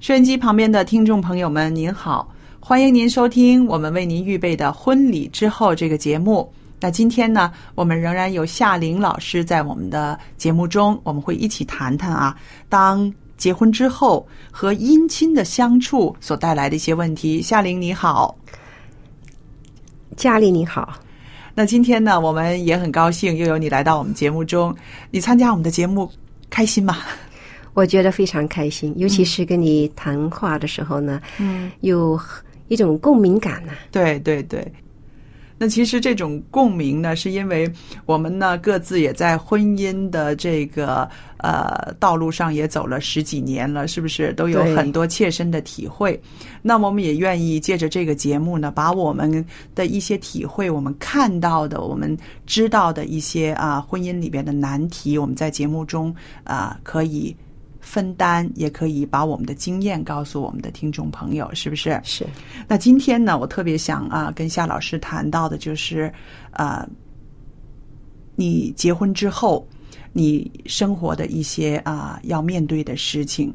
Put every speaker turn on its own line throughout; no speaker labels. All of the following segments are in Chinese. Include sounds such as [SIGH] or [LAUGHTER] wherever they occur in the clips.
收音机旁边的听众朋友们，您好，欢迎您收听我们为您预备的《婚礼之后》这个节目。那今天呢，我们仍然有夏玲老师在我们的节目中，我们会一起谈谈啊，当结婚之后和姻亲的相处所带来的一些问题。夏玲你好，
佳丽你好，
那今天呢，我们也很高兴又有你来到我们节目中，你参加我们的节目开心吗？
我觉得非常开心，尤其是跟你谈话的时候呢，嗯，有一种共鸣感啊呢、
对对对。那其实这种共鸣呢，是因为我们呢各自也在婚姻的这个呃道路上也走了十几年了，是不是都有
对
很多切身的体会？那么我们也愿意借着这个节目呢，把我们的一些体会、我们看到的、我们知道的一些啊婚姻里边的难题，我们在节目中啊可以分担，也可以把我们的经验告诉我们的听众朋友，是不是？
是
那今天呢，我特别想啊，跟夏老师谈到的就是，呃，你结婚之后，你生活的一些啊要面对的事情。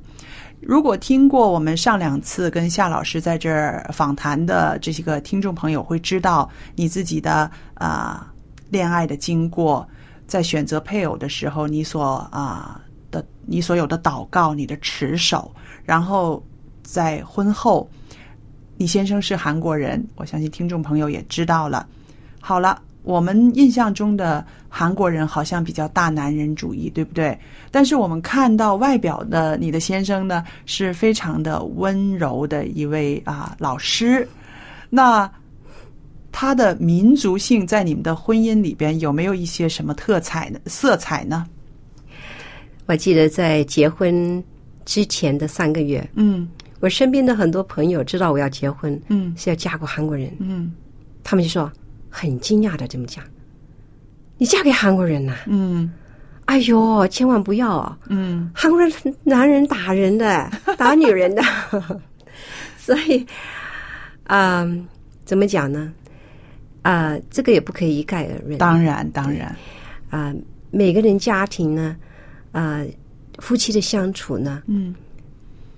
如果听过我们上两次跟夏老师在这儿访谈的这些个听众朋友，会知道你自己的啊、恋爱的经过，在选择配偶的时候，你所啊、的你所有的祷告，你的持守，然后在婚后，你先生是韩国人，我相信听众朋友也知道了。好了，我们印象中的韩国人好像比较大男人主义，对不对？但是我们看到外表的你的先生呢，是非常的温柔的一位啊、老师。那他的民族性在你们的婚姻里边有没有一些什么特彩呢？色彩呢？
我记得在结婚之前的三个月，
嗯
我身边的很多朋友知道我要结婚，
嗯
是要嫁过韩国人，
嗯
他们就说很惊讶的这么讲：“你嫁给韩国人呐、
嗯
哎呦，千万不要啊！
嗯
韩国人男人打人
[LAUGHS]
的，打女人的，所以，啊、怎么讲呢？啊、这个也不可以一概而论。
当然当然，
啊、每个人家庭呢，啊、夫妻的相处呢，
嗯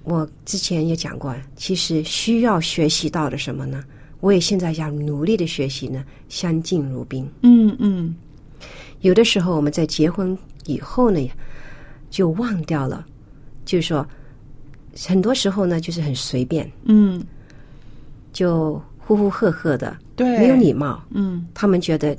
我之前也讲过，其实需要学习到的什么呢？我也现在要努力的学习呢，相敬如宾。
嗯嗯
有的时候我们在结婚以后呢，就忘掉了，就是说，很多时候呢，就是很随便，
嗯，
就呼呼喝喝的，
对，
没有礼貌，
嗯
他们觉得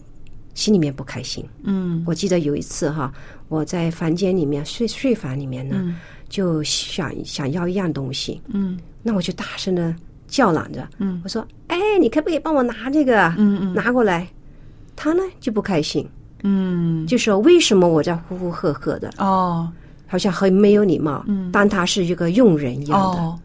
心里面不开心。
嗯
我记得有一次哈，我在房间里面睡睡房里面呢，
嗯
就想想要一样东西，
嗯
那我就大声的叫嚷着，
嗯
我说：“哎，你可不可以帮我拿这个？
嗯嗯
拿过来。”他呢就不开心，
嗯，
就说：“为什么我在呼呼喝喝的？”
哦
好像很没有礼貌，嗯，当他是一个佣人一样的。
哦，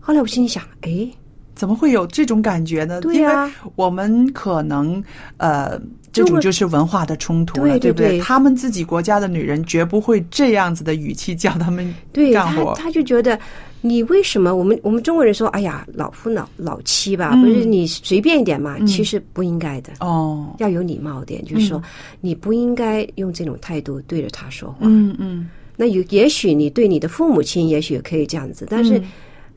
后来我心里想，哎，
怎么会有这种感觉呢？
对呀
因为我们可能呃，这
中
种
国
就是文化的冲突了，
对对
不对？
对
他们自己国家的女人绝不会这样子的语气叫他们
对
干
他
活，
他就觉得你为什么我们我们中国人说，哎呀，老夫老老妻吧，
嗯
不是你随便一点嘛，其实不应该的，
哦，
要有礼貌点，就是说你不应该用这种态度对着他说话。
嗯嗯，
那有也许你对你的父母亲也许可以这样子，但是
嗯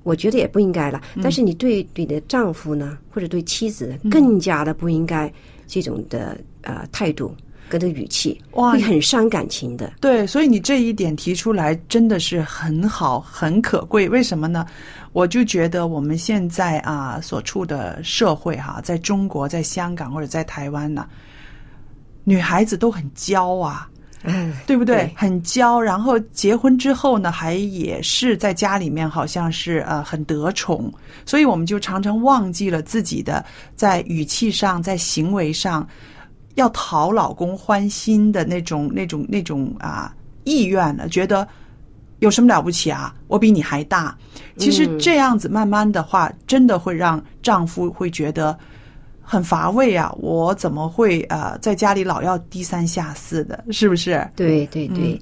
我觉得也不应该了。但是你对你的丈夫呢，或者对妻子
嗯
呢，更加的不应该这种的呃态度跟这个语气，
哇
会很伤感情的。
对，所以你这一点提出来真的是很好，很可贵。为什么呢？我就觉得我们现在啊所处的社会哈、在中国、在香港或者在台湾呢、啊女孩子都很娇啊，
哎，
对不对？
对
很娇，然后结婚之后呢，还也是在家里面好像是呃很得宠，所以我们就常常忘记了自己的在语气上、在行为上要讨老公欢心的那种、那种、那种啊意愿了，觉得。有什么了不起啊？我比你还大。其实
嗯
这样子慢慢的话，真的会让丈夫会觉得很乏味啊！我怎么会呃在家里老要低三下四的？是不是？
对对嗯对，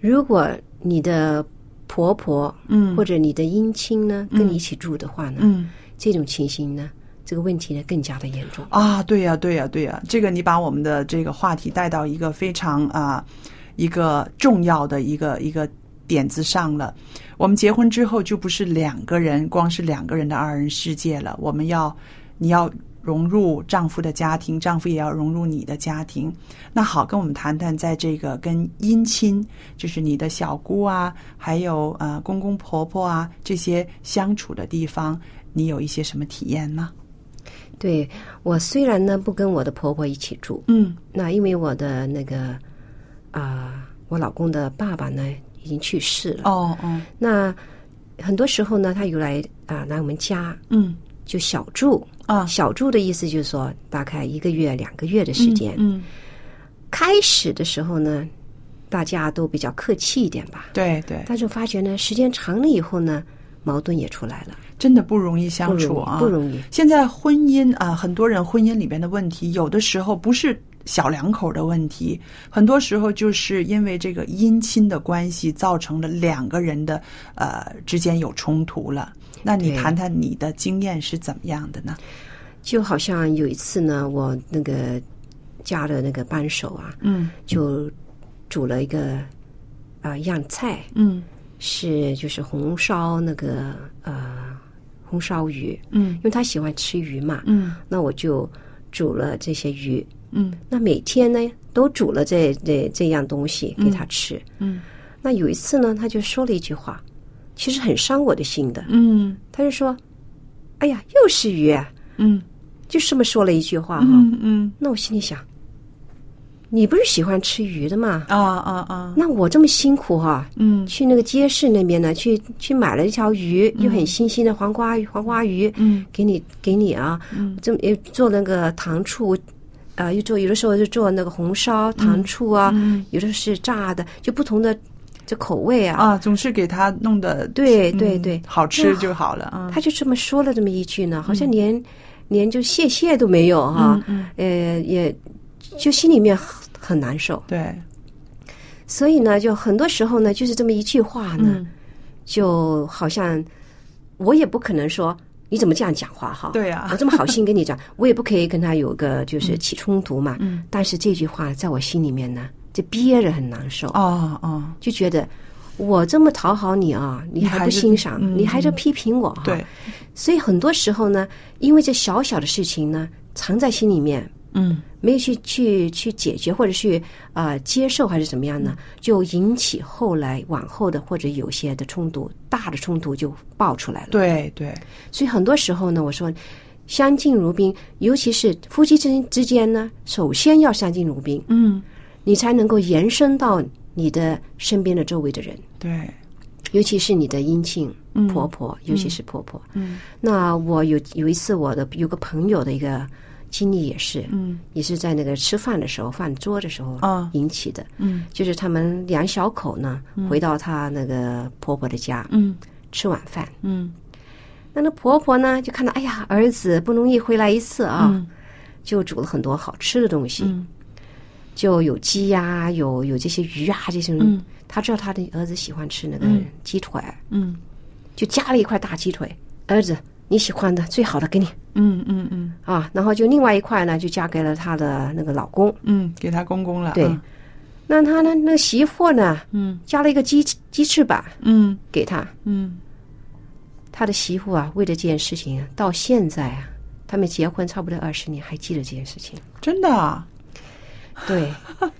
如果你的婆婆
嗯
或者你的姻亲呢跟
嗯
你一起住的话呢，
嗯
这种情形呢，这个问题呢更加的严重。
啊，对呀、对呀、对呀、这个你把我们的这个话题带到一个非常啊、一个重要的一个一个点子上了。我们结婚之后就不是两个人，光是两个人的二人世界了。我们要，你要融入丈夫的家庭，丈夫也要融入你的家庭。那好，跟我们谈谈，在这个跟姻亲，就是你的小姑啊，还有呃公公婆婆啊这些相处的地方，你有一些什么体验呢？
对我虽然呢不跟我的婆婆一起住，
嗯
那因为我的那个啊、我老公的爸爸呢已经去世了。
哦哦，
那很多时候呢，他有来啊、来我们家
嗯
就小住。
啊，
小住的意思就是说，大概一个月、两个月的时间。
嗯，
开始的时候呢，大家都比较客气一点吧。
对对，
但是我发觉呢，时间长了以后呢，矛盾也出来了，
真的不容易
不
相处
容易，
啊，
不容易。
现在婚姻啊，很多人婚姻里边的问题，有的时候不是小两口的问题，很多时候就是因为这个姻亲的关系，造成了两个人的呃之间有冲突了。那你
对
谈谈你的经验是怎么样的呢？
就好像有一次呢，我那个家的那个扳手啊，
嗯
就煮了一个啊、呃、样菜，
嗯
是就是红烧那个呃红烧鱼，
嗯
因为他喜欢吃鱼嘛，
嗯
那我就煮了这些鱼。
嗯
那每天呢都煮了这这这样东西给他吃。
嗯
那有一次呢，他就说了一句话，其实很伤我的心的，
嗯
他就说：“哎呀，又是鱼、啊。
嗯”
就这么说了一句话哈、
嗯嗯
那我心里想，你不是喜欢吃鱼的吗？
啊啊啊
那我这么辛苦哈、
嗯
去那个街市那边呢，去去买了一条鱼，又很新鲜的黄瓜黄瓜鱼，
嗯
给你给你啊，这么又做那个糖醋，啊、又做有的时候就做那个红烧糖醋啊，
嗯
有的是炸的，就不同的这口味啊。
啊，总是给他弄的
对对对
好吃就好了啊。
他就这么说了这么一句呢，好像连、连就谢谢都没有哈、
嗯
呃，也就心里面很很难受。
对，
所以呢，就很多时候呢，就是这么一句话呢。
嗯，
就好像我也不可能说你怎么这样讲话哈。
对啊呀
我这么好心
[LAUGHS]
跟你讲，我也不可以跟他有个就是起冲突嘛。
嗯
但是这句话在我心里面呢，就憋着很难受，
哦哦，
就觉得我这么讨好你啊，你还
还
不
是
欣赏，
嗯
你还在批评我哈。
对，，
所以很多时候呢，因为这小小的事情呢，藏在心里面。
嗯
没有去去去解决，或者去啊、呃接受，还是怎么样呢？就引起后来往后的或者有些的冲突，大的冲突就爆出来了。
对对，
所以很多时候呢，我说相敬如宾，尤其是夫妻之之间呢，首先要相敬如宾，
嗯
你才能够延伸到你的身边的周围的人，
对，
尤其是你的姻亲、
嗯
婆婆，尤其是婆婆。
嗯
那我有有一次，我的有个朋友的一个经历也是，
嗯
也是在那个吃饭的时候、饭桌的时候
啊
引起的。
嗯
就是他们两小口呢，回到她那个婆婆的家、
嗯
吃晚饭，
嗯
那那婆婆呢，就看到哎呀，儿子不容易回来一次
嗯
啊，就煮了很多好吃的东西，就有鸡呀、有有这些鱼啊这些。嗯，她知道她的儿子喜欢吃那个鸡腿儿，
嗯
就夹了一块大鸡腿，儿子你喜欢的最好的给你
嗯嗯嗯
啊，然后就另外一块呢就嫁给了她的那个老公。
嗯，给他公公了。
对，那她呢，那个媳妇呢，
嗯
加了一个鸡鸡翅膀
嗯
给她。
嗯
他的媳妇啊，为了这件事情啊，到现在啊，他们结婚差不多二十年，还记得这件事情，
嗯，真的啊， [LAUGHS]
对，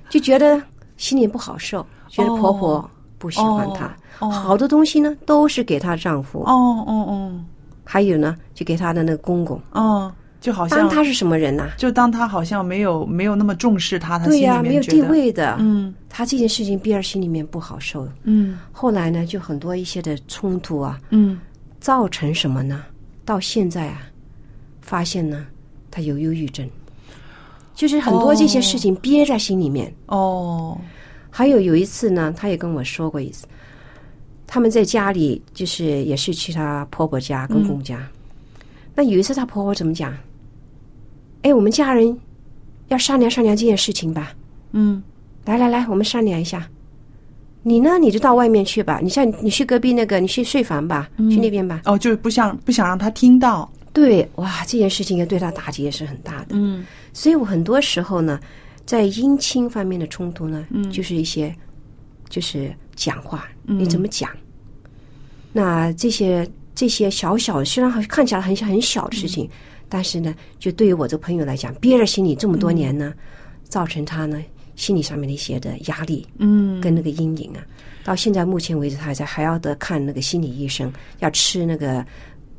就觉得心里不好受，觉得
哦
婆婆不喜欢她，
哦
好多东西呢都是给她丈夫，
哦哦
还有呢就给她的那个公公。
哦哦，就好
当然
像
他是什么人呐、
就当他好像没有没有那么重视他，他
对
心
呀、
里
没有
面觉
地
得，
位啊的。
嗯
他这件事情，比尔心里面不好受。
嗯
后来呢，就很多一些的冲突啊，
嗯
造成什么呢？到现在啊，发现呢，他有忧郁症，就是很多这些事情憋在心里面。
哦
还有有一次呢，他也跟我说过一次，他们在家里就是也是去他婆婆家、公公家。那有一次他婆婆怎么讲？哎，我们家人要商量商量这件事情吧。
嗯
来来来，我们商量一下。你呢，你就到外面去吧。你像你去隔壁那个，你去睡房吧，去那边吧。
哦，就是不想不想让他听到，
对，哇，这件事情也对他打击也是很大的。
嗯
所以我很多时候呢，在姻亲方面的冲突呢，
嗯
就是一些就是讲话，你怎么讲？那这些这些小小虽然好像看起来很小很小的事
嗯
情，但是呢，就对于我这朋友来讲，憋在心里这么多年
嗯
呢，造成他呢心理上面的一些的压力
嗯
跟那个阴影啊。到现在目前为止，他还在还要得看那个心理医生，要吃那个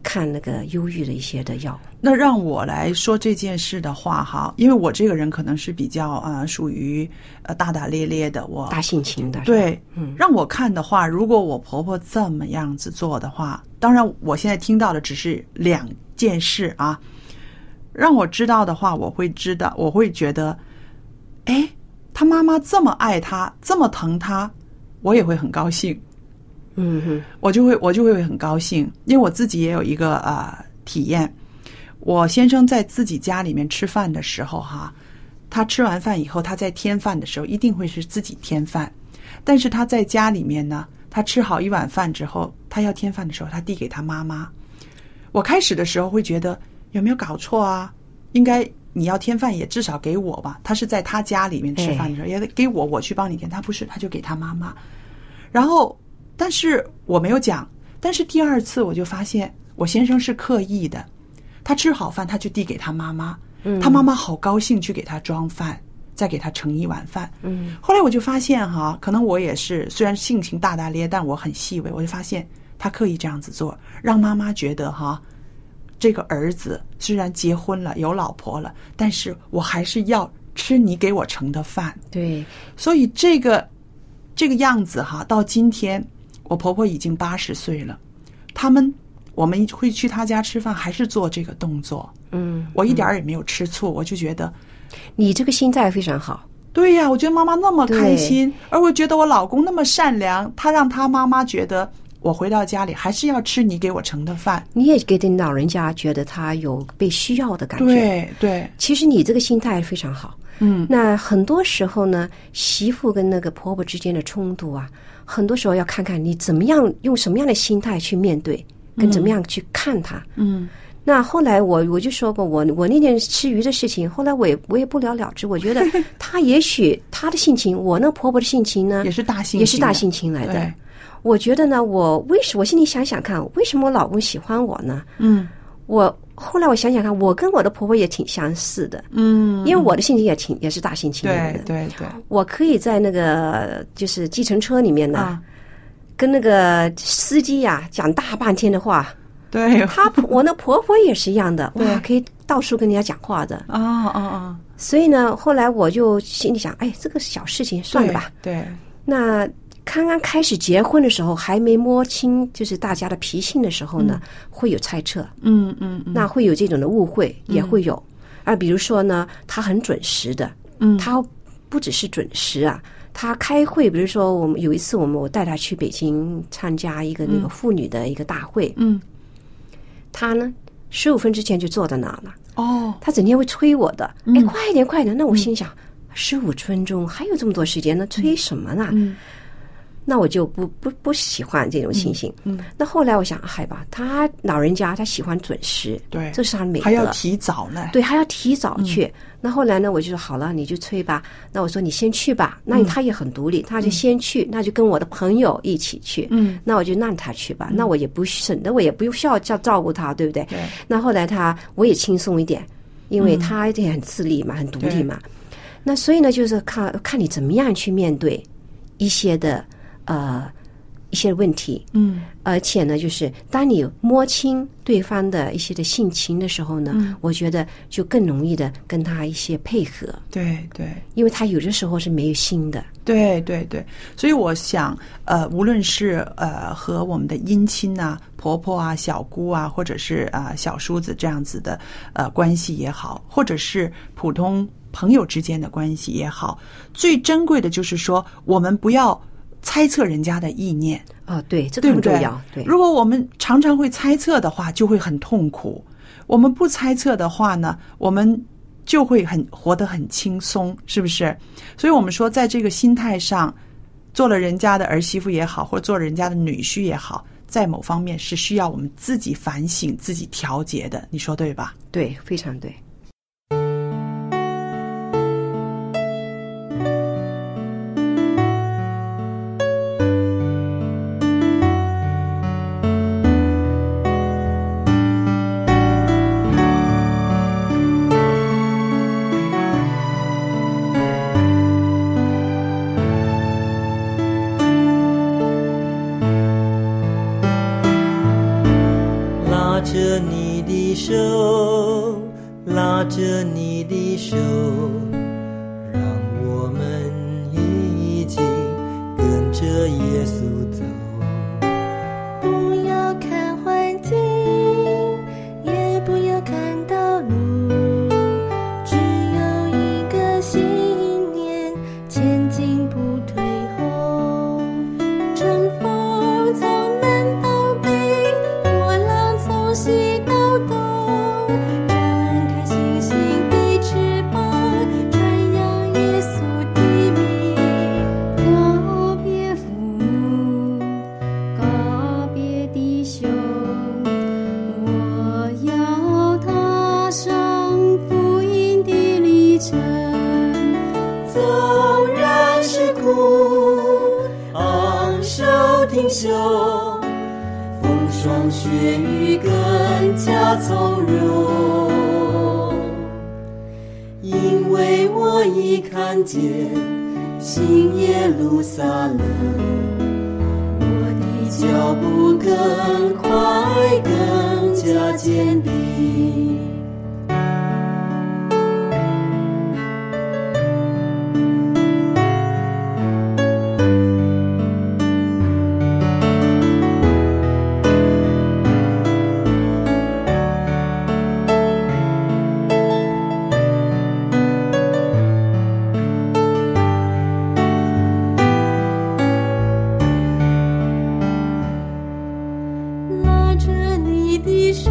看那个忧郁的一些的药。
那让我来说这件事的话哈，因为我这个人可能是比较啊、呃属于呃大大咧咧的，我
大性情的，，
对，让我看的话，如果我婆婆这么样子做的话，当然我现在听到的只是两件事啊，让我知道的话，我会知道，我会觉得，哎，她妈妈这么爱她，这么疼她，我也会很高兴。
嗯哼，
我就会我就会很高兴，因为我自己也有一个呃体验。我先生在自己家里面吃饭的时候、哈，他吃完饭以后，他在添饭的时候一定会是自己添饭，但是他在家里面呢，他吃好一碗饭之后，他要添饭的时候，他递给他妈妈。我开始的时候会觉得有没有搞错啊？应该你要添饭也至少给我吧。他是在他家里面吃饭的时候，也得给我，我去帮你添。他不是，他就给他妈妈。然后，但是我没有讲。但是第二次我就发现，我先生是刻意的，他吃好饭他就递给他妈妈，他妈妈好高兴去给他装饭，再给他盛一碗饭。
嗯，
后来我就发现哈、可能我也是，虽然性情大大咧，但我很细微。我就发现他刻意这样子做，让妈妈觉得哈、这个儿子虽然结婚了，有老婆了，但是我还是要吃你给我盛的饭。
对，
所以这个这个样子哈，到今天我婆婆已经八十岁了，他们我们会去她家吃饭，还是做这个动作。
嗯，
我一点儿也没有吃醋，我就觉得，
你这个心态非常好，
对呀，我觉得妈妈那么
对
开心，而我觉得我老公那么善良，他让他妈妈觉得我回到家里还是要吃你给我盛的饭。
你也给你老人家觉得他有被需要的感觉。
对对，
其实你这个心态非常好。
嗯，
那很多时候呢，媳妇跟那个婆婆之间的冲突啊，很多时候要看看你怎么样用什么样的心态去面对，跟怎么样去看她。
嗯
那后来我我就说过，我我那件吃鱼的事情，后来我也我也不了了之。我觉得她也许她的性情，我那婆婆的性情呢，
也是大性
也是
情
大
的
性情来的
对。
我觉得呢，我为什我心里想想看，为什么我老公喜欢我呢？
嗯
我后来我想想看，我跟我的婆婆也挺相似的，
嗯，
因为我的性情也挺也是大性情的
对
人。
对对
我可以在那个就是计程车里面呢，
啊，
跟那个司机呀、讲大半天
[LAUGHS]
的话。
对啊
她我那婆婆也是一样的，哇，
对
可以到处跟人家讲话的。
啊啊，
所以呢，后来我就心里想，哎，这个小事情算了吧，
对，对，
那刚刚开始结婚的时候，还没摸清就是大家的脾性的时候呢，会有猜测，
嗯嗯嗯
那会有这种的误会，也会有。啊，比如说呢，他很准时的，
嗯
他不只是准时啊，他开会，比如说我们有一次，我们我带他去北京参加一个那个妇女的一个大会，
嗯
他呢，十五分之前就坐在那儿了，
哦，
他整天会催我的，
嗯
哎，快点，快点。那我心想，十五分钟还有这么多时间，那催什么呢？
嗯
那我就不不不喜欢这种情形。
嗯嗯
那后来我想，哎吧，他老人家他喜欢准时，
对
这是他的美德，
还要提嗯早呢，
对，还要提早去。那后来呢，我就说好了，你就催吧。那我说你先去吧。那
嗯
他也很独立，他就先去，那就跟我的朋友一起去。
嗯，
那我就让他去吧。那我也不省得我也不用需要照照顾他，对不对？
对
那后来他我也轻松一点，因为他也很自立嘛，很独立嘛。那所以呢，就是看看你怎么样去面对一些的呃一些问题。
嗯
而且呢，就是当你摸清对方的一些的性情的时候呢，我觉得就更容易的跟他一些配合，
对对。
因为他有的时候是没有心的。
对对对，所以我想，呃，无论是呃和我们的姻亲啊、婆婆啊、小姑啊，或者是啊、呃小叔子这样子的呃关系也好，或者是普通朋友之间的关系也好，最珍贵的就是说，我们不要猜测人家的意念，
哦，对，这个
对不
很重
对
要。？对，
如果我们常常会猜测的话，就会很痛苦；我们不猜测的话呢，我们就会很活得很轻松，是不是？所以我们说，在这个心态上，做了人家的儿媳妇也好，或做人家的女婿也好，在某方面是需要我们自己反省、自己调节的，你说对吧？
对，非常对。
拉着你的手，拉着你的手，让我们一起跟着耶稣走。
不要看环境，也不要看道路，只有一个信念，前进不退后。乘风从南到北，波浪从西到东，张开星星的翅膀，传扬耶稣的名，告别父母。告别弟兄，我要踏上福音的旅程。
纵然是苦，昂首挺胸，风霜雪雨更加从容。因为我已看见新耶路撒冷，我的脚步更快，更加坚定。
拉着你的手，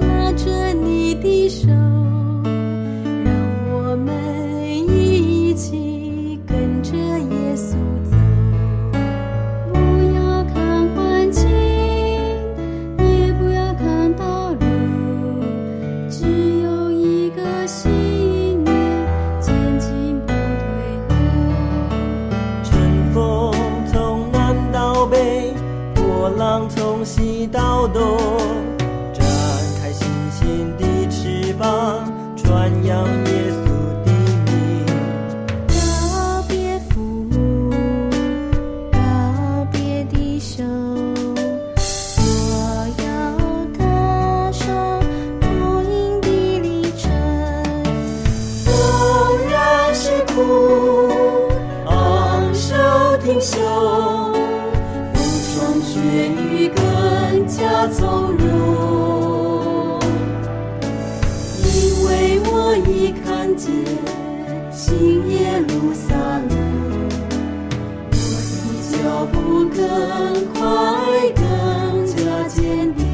拉着你的手，让我们一起跟着耶稣走。不要看环境，也不要看道路，只有一个信念，前进不退后。
春风从南到北，波浪从西到东，展开信心的翅膀，传扬耶稣的名。
告别父母，告别弟兄，我要踏上福音的旅程。
纵然是苦，昂首挺胸，风霜雪雨更加从容。因为我已看见新耶路撒冷，我的脚步更快，更加坚定。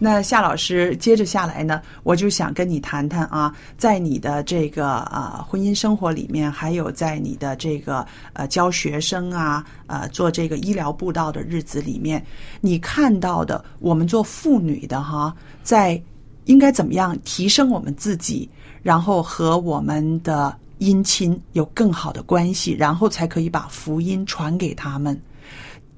那夏老师接着下来呢，我就想跟你谈谈啊，在你的这个啊婚姻生活里面，还有在你的这个呃教学生啊，呃做这个医疗布道的日子里面，你看到的我们做妇女的哈，在应该怎么样提升我们自己，然后和我们的姻亲有更好的关系，然后才可以把福音传给他们。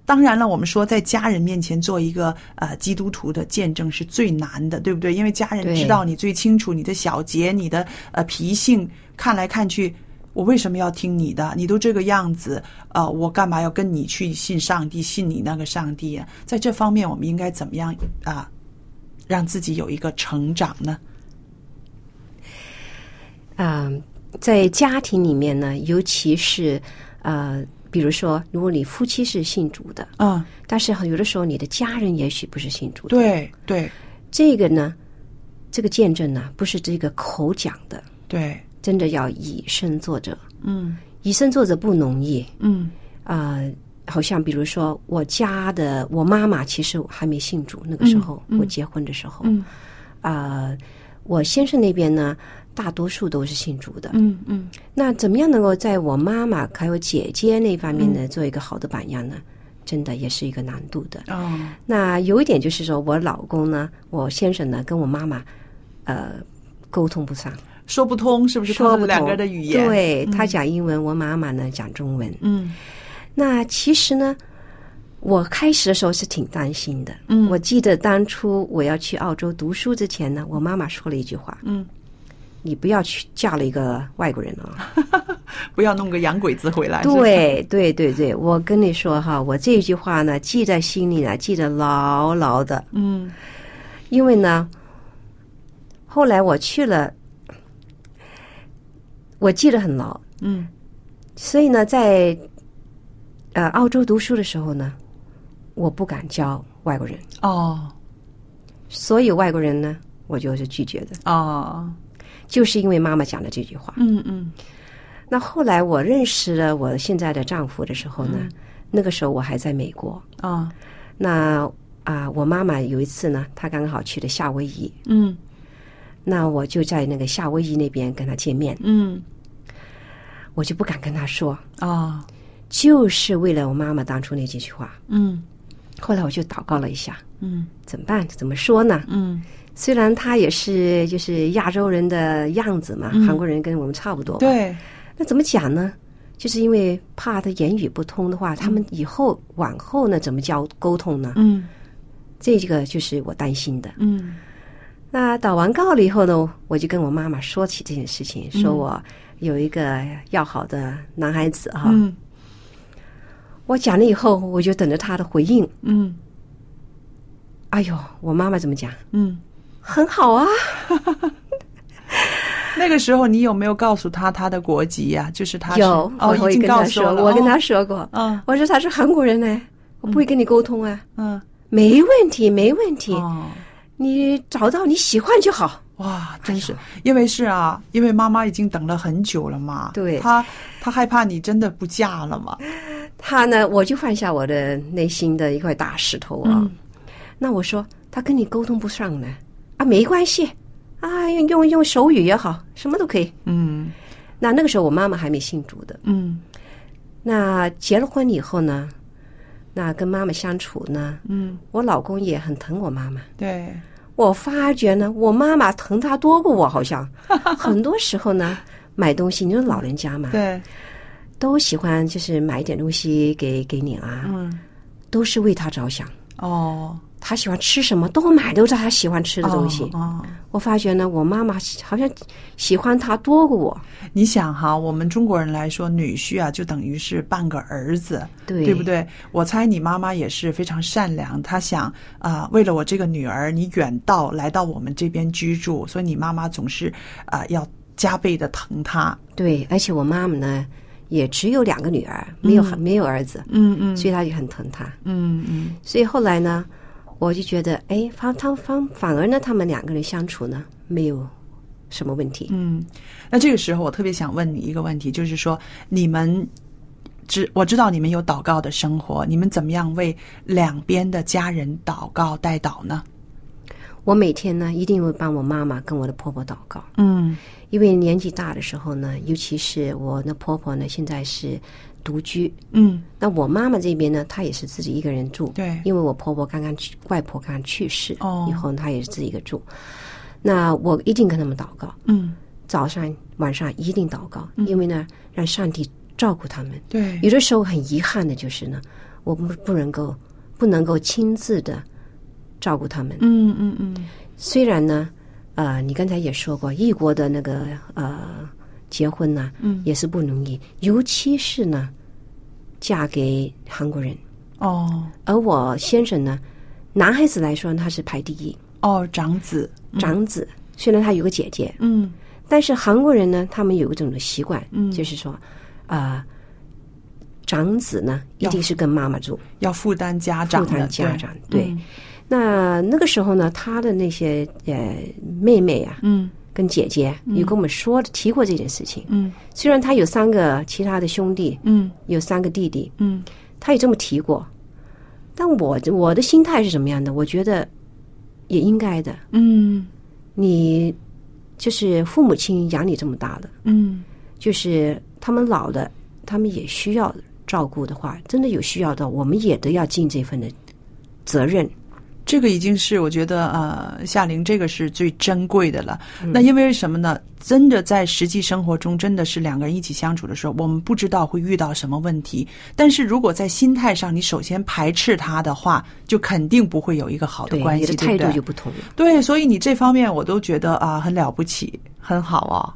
当然了，我们说在家人面前做一个呃基督徒的见证是最难的，对不对？因为家人
对
知道你最清楚你的小节、你的呃脾性，看来看去，我为什么要听你的？你都这个样子，呃，我干嘛要跟你去信上帝、信你那个上帝、啊？在这方面，我们应该怎么样啊、让自己有一个成长呢？
啊，在家庭里面呢，尤其是呃，比如说，如果你夫妻是信主的，
嗯，
但是很有的时候你的家人也许不是信主的，
对对
这个呢，这个见证呢，不是这个口讲的，
对，
真的要以身作则，
嗯
以身作则不容易
嗯
啊、好像比如说，我家的我妈妈其实还没信主，那个时候、我结婚的时候，
嗯
啊、我先生那边呢，大多数都是信主的，
嗯嗯
那怎么样能够在我妈妈还有姐姐那方面
嗯
呢，做一个好的榜样呢？真的也是一个难度的。
哦，
那有一点就是说，我老公呢，我先生呢，跟我妈妈，呃，沟通不上，
说不通是不是？
说
他
不
们两个
通
人的语言，
对他讲英文，我妈妈呢讲中文。
嗯
那其实呢，我开始的时候是挺担心的。嗯，我记得当初我要去澳洲读书之前呢，我妈妈说了一句话：
嗯，
你不要去嫁了一个外国人啊、
不要弄个洋鬼子回来。是吧，
对对对对，我跟你说哈，我这句话呢记在心里呢，记得牢牢的，
嗯
因为呢，后来我去了，我记得很牢，
嗯
所以呢，在呃澳洲读书的时候呢，我不敢教外国人，
哦
所有外国人呢，我就是拒绝的，
哦，
就是因为妈妈讲的这句话。
嗯嗯
那后来我认识了我现在的丈夫的时候呢，那个时候我还在美国，
啊
那啊、我妈妈有一次呢，她刚好去了夏威夷，
嗯
那我就在那个夏威夷那边跟她见面，
嗯
我就不敢跟她说，
啊
就是为了我妈妈当初那几句话。
嗯
后来我就祷告了一下，
嗯
怎么办？怎么说呢？
嗯，
虽然她也是就是亚洲人的样子嘛，韩国人跟我们差不
嗯
多，，
对，
那怎么讲呢？就是因为怕她言语不通的话，他们以后往后呢怎么交沟通呢？
嗯
这个就是我担心的。
嗯
那祷完告了以后呢，我就跟我妈妈说起这件事情，
嗯
说我有一个要好的男孩子哈、
嗯
我讲了以后，我就等着他的回应。
嗯
哎呦，我妈妈怎么讲？
嗯。
很好啊，
那个时候你有没有告诉他他的国籍呀、就是他是
有，
哦，
我会
已经
跟
告
他
诉
说，
了。
我跟他
哦
说过，
嗯
我说他是韩国人呢，我不会跟你沟通啊，
嗯
没问题，没问题，
哦。
你找到你喜欢就好。
哇，真是，因为是啊，因为妈妈已经等了很久了嘛，
对
她她害怕你真的不嫁了嘛，
他呢，我就放下我的内心的一块大石头啊。那我说他跟你沟通不上呢，啊，没关系，啊，用用用手语也好，什么都可以。
嗯
那那个时候我妈妈还没信主的，
嗯
那结了婚以后呢，那跟妈妈相处呢，
嗯，
我老公也很疼我妈妈。
对，
我发觉呢，我妈妈疼他多过我，好
[LAUGHS]
像很多时候呢，买东西，你说老人家嘛，
对，
都喜欢就是买一点东西给给你啊，
嗯，
都是为他着想。
哦，
他喜欢吃什么都买，都是他喜欢吃的东西。
哦，哦
我发觉呢，我妈妈好像喜欢他多过我，
你想哈，我们中国人来说，女婿啊，就等于是半个儿子，
对
不对？我猜你妈妈也是非常善良，她想啊、为了我这个女儿，你远道来到我们这边居住，所以你妈妈总是啊、要加倍的疼她。
对，而且我妈妈呢也只有两个女儿，没有、没有儿子，
嗯嗯
所以她就很疼她。
嗯嗯
所以后来呢，我就觉得，哎，反他反反而呢，他们两个人相处呢没有什么问题。
嗯。那这个时候，我特别想问你一个问题，就是说你们。知我知道你们有祷告的生活，你们怎么样为两边的家人祷告带祷呢？
我每天呢一定会帮我妈妈跟我的婆婆祷告，
嗯
因为年纪大的时候呢，尤其是我的婆婆呢现在是独居，
嗯
那我妈妈这边呢，她也是自己一个人住，
对
因为我婆婆刚刚去，外婆刚刚去世，
哦
以后她也是自己一个住。那我一定跟他们祷告，
嗯，
早上晚上一定祷告，因为呢，让上帝照顾他们。
对，
有的时候很遗憾的就是呢，我们不能够不能够亲自的照顾他们。
嗯嗯嗯，
虽然呢，呃，你刚才也说过，异国的那个呃结婚呢，嗯，也是不容易，尤其是呢，嫁给韩国人。
哦
而我先生呢，男孩子来说他是排第一，
哦，长子，
长子。虽然他有个姐姐，
嗯
但是韩国人呢，他们有一种的习惯，
嗯
就是说，啊、长子呢一定是跟妈妈住，
要负担家长
负
的
担家长。
对
对，
嗯
那那个时候呢，他的那些呃妹妹啊，
嗯
跟姐姐有跟我们说提过这件事情。
嗯
虽然他有三个其他的兄弟，
嗯
有三个弟弟，
嗯
他也这么提过。但我我的心态是什么样的？我觉得也应该的。
嗯
你就是父母亲养你这么大的，
嗯
就是他们老的，他们也需要照顾的话，真的有需要的，我们也得要尽这份的责任。
这个已经是我觉得呃，夏玲这个是最珍贵的了。
嗯
那因为什么呢？真的在实际生活中，真的是两个人一起相处的时候，我们不知道会遇到什么问题。但是如果在心态上，你首先排斥他的话，就肯定不会有一个好的
对，
关
你
系，对
的态
不
度
对
就不同了。
对，所以你这方面我都觉得啊、很了不起，很好啊。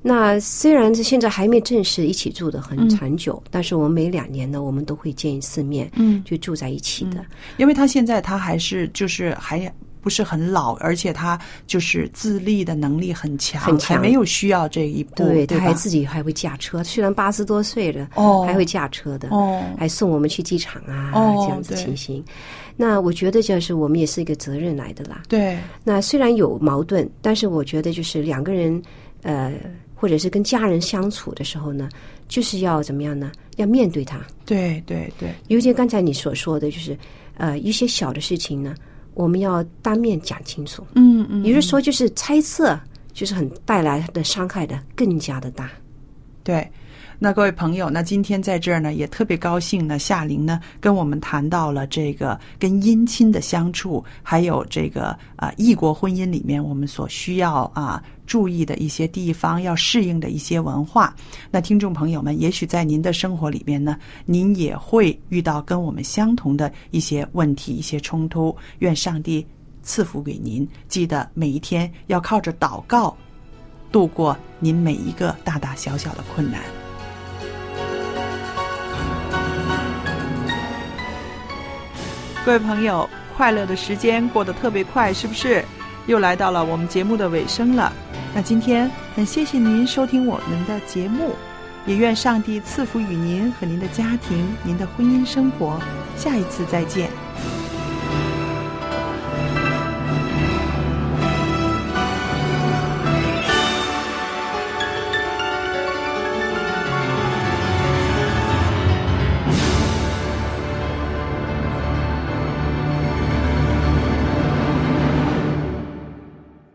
那虽然是现在还没正式一起住的很长久，但是我们每两年呢，我们都会见一次面，
嗯，
就住在一起的。
因为他现在他还是就是还不是很老，而且他就是自立的能力很强，
很强
还没有需要这一步，
对，
对
他
吧
还自己还会驾车，虽然八十多岁了，
哦
还会驾车的，
哦
还送我们去机场啊，
哦
这样子
对
情形。那我觉得就是我们也是一个责任来的啦。
对，
那虽然有矛盾，但是我觉得就是两个人，呃，或者是跟家人相处的时候呢，就是要怎么样呢？要面对它。
对对对，
尤其刚才你所说的，就是呃一些小的事情呢，我们要当面讲清楚。
嗯嗯，
有的时候就是猜测，就是很带来的伤害的更加的大。
对。那各位朋友，那今天在这儿呢，也特别高兴呢，夏玲呢跟我们谈到了这个跟姻亲的相处，还有这个啊、异国婚姻里面我们所需要啊、注意的一些地方，要适应的一些文化。那听众朋友们，也许在您的生活里面呢，您也会遇到跟我们相同的一些问题、一些冲突。愿上帝赐福给您，记得每一天要靠着祷告度过您每一个大大小小的困难。各位朋友，快乐的时间过得特别快，是不是？又来到了我们节目的尾声了。那今天很谢谢您收听我们的节目，也愿上帝赐福与您和您的家庭、您的婚姻生活。下一次再见。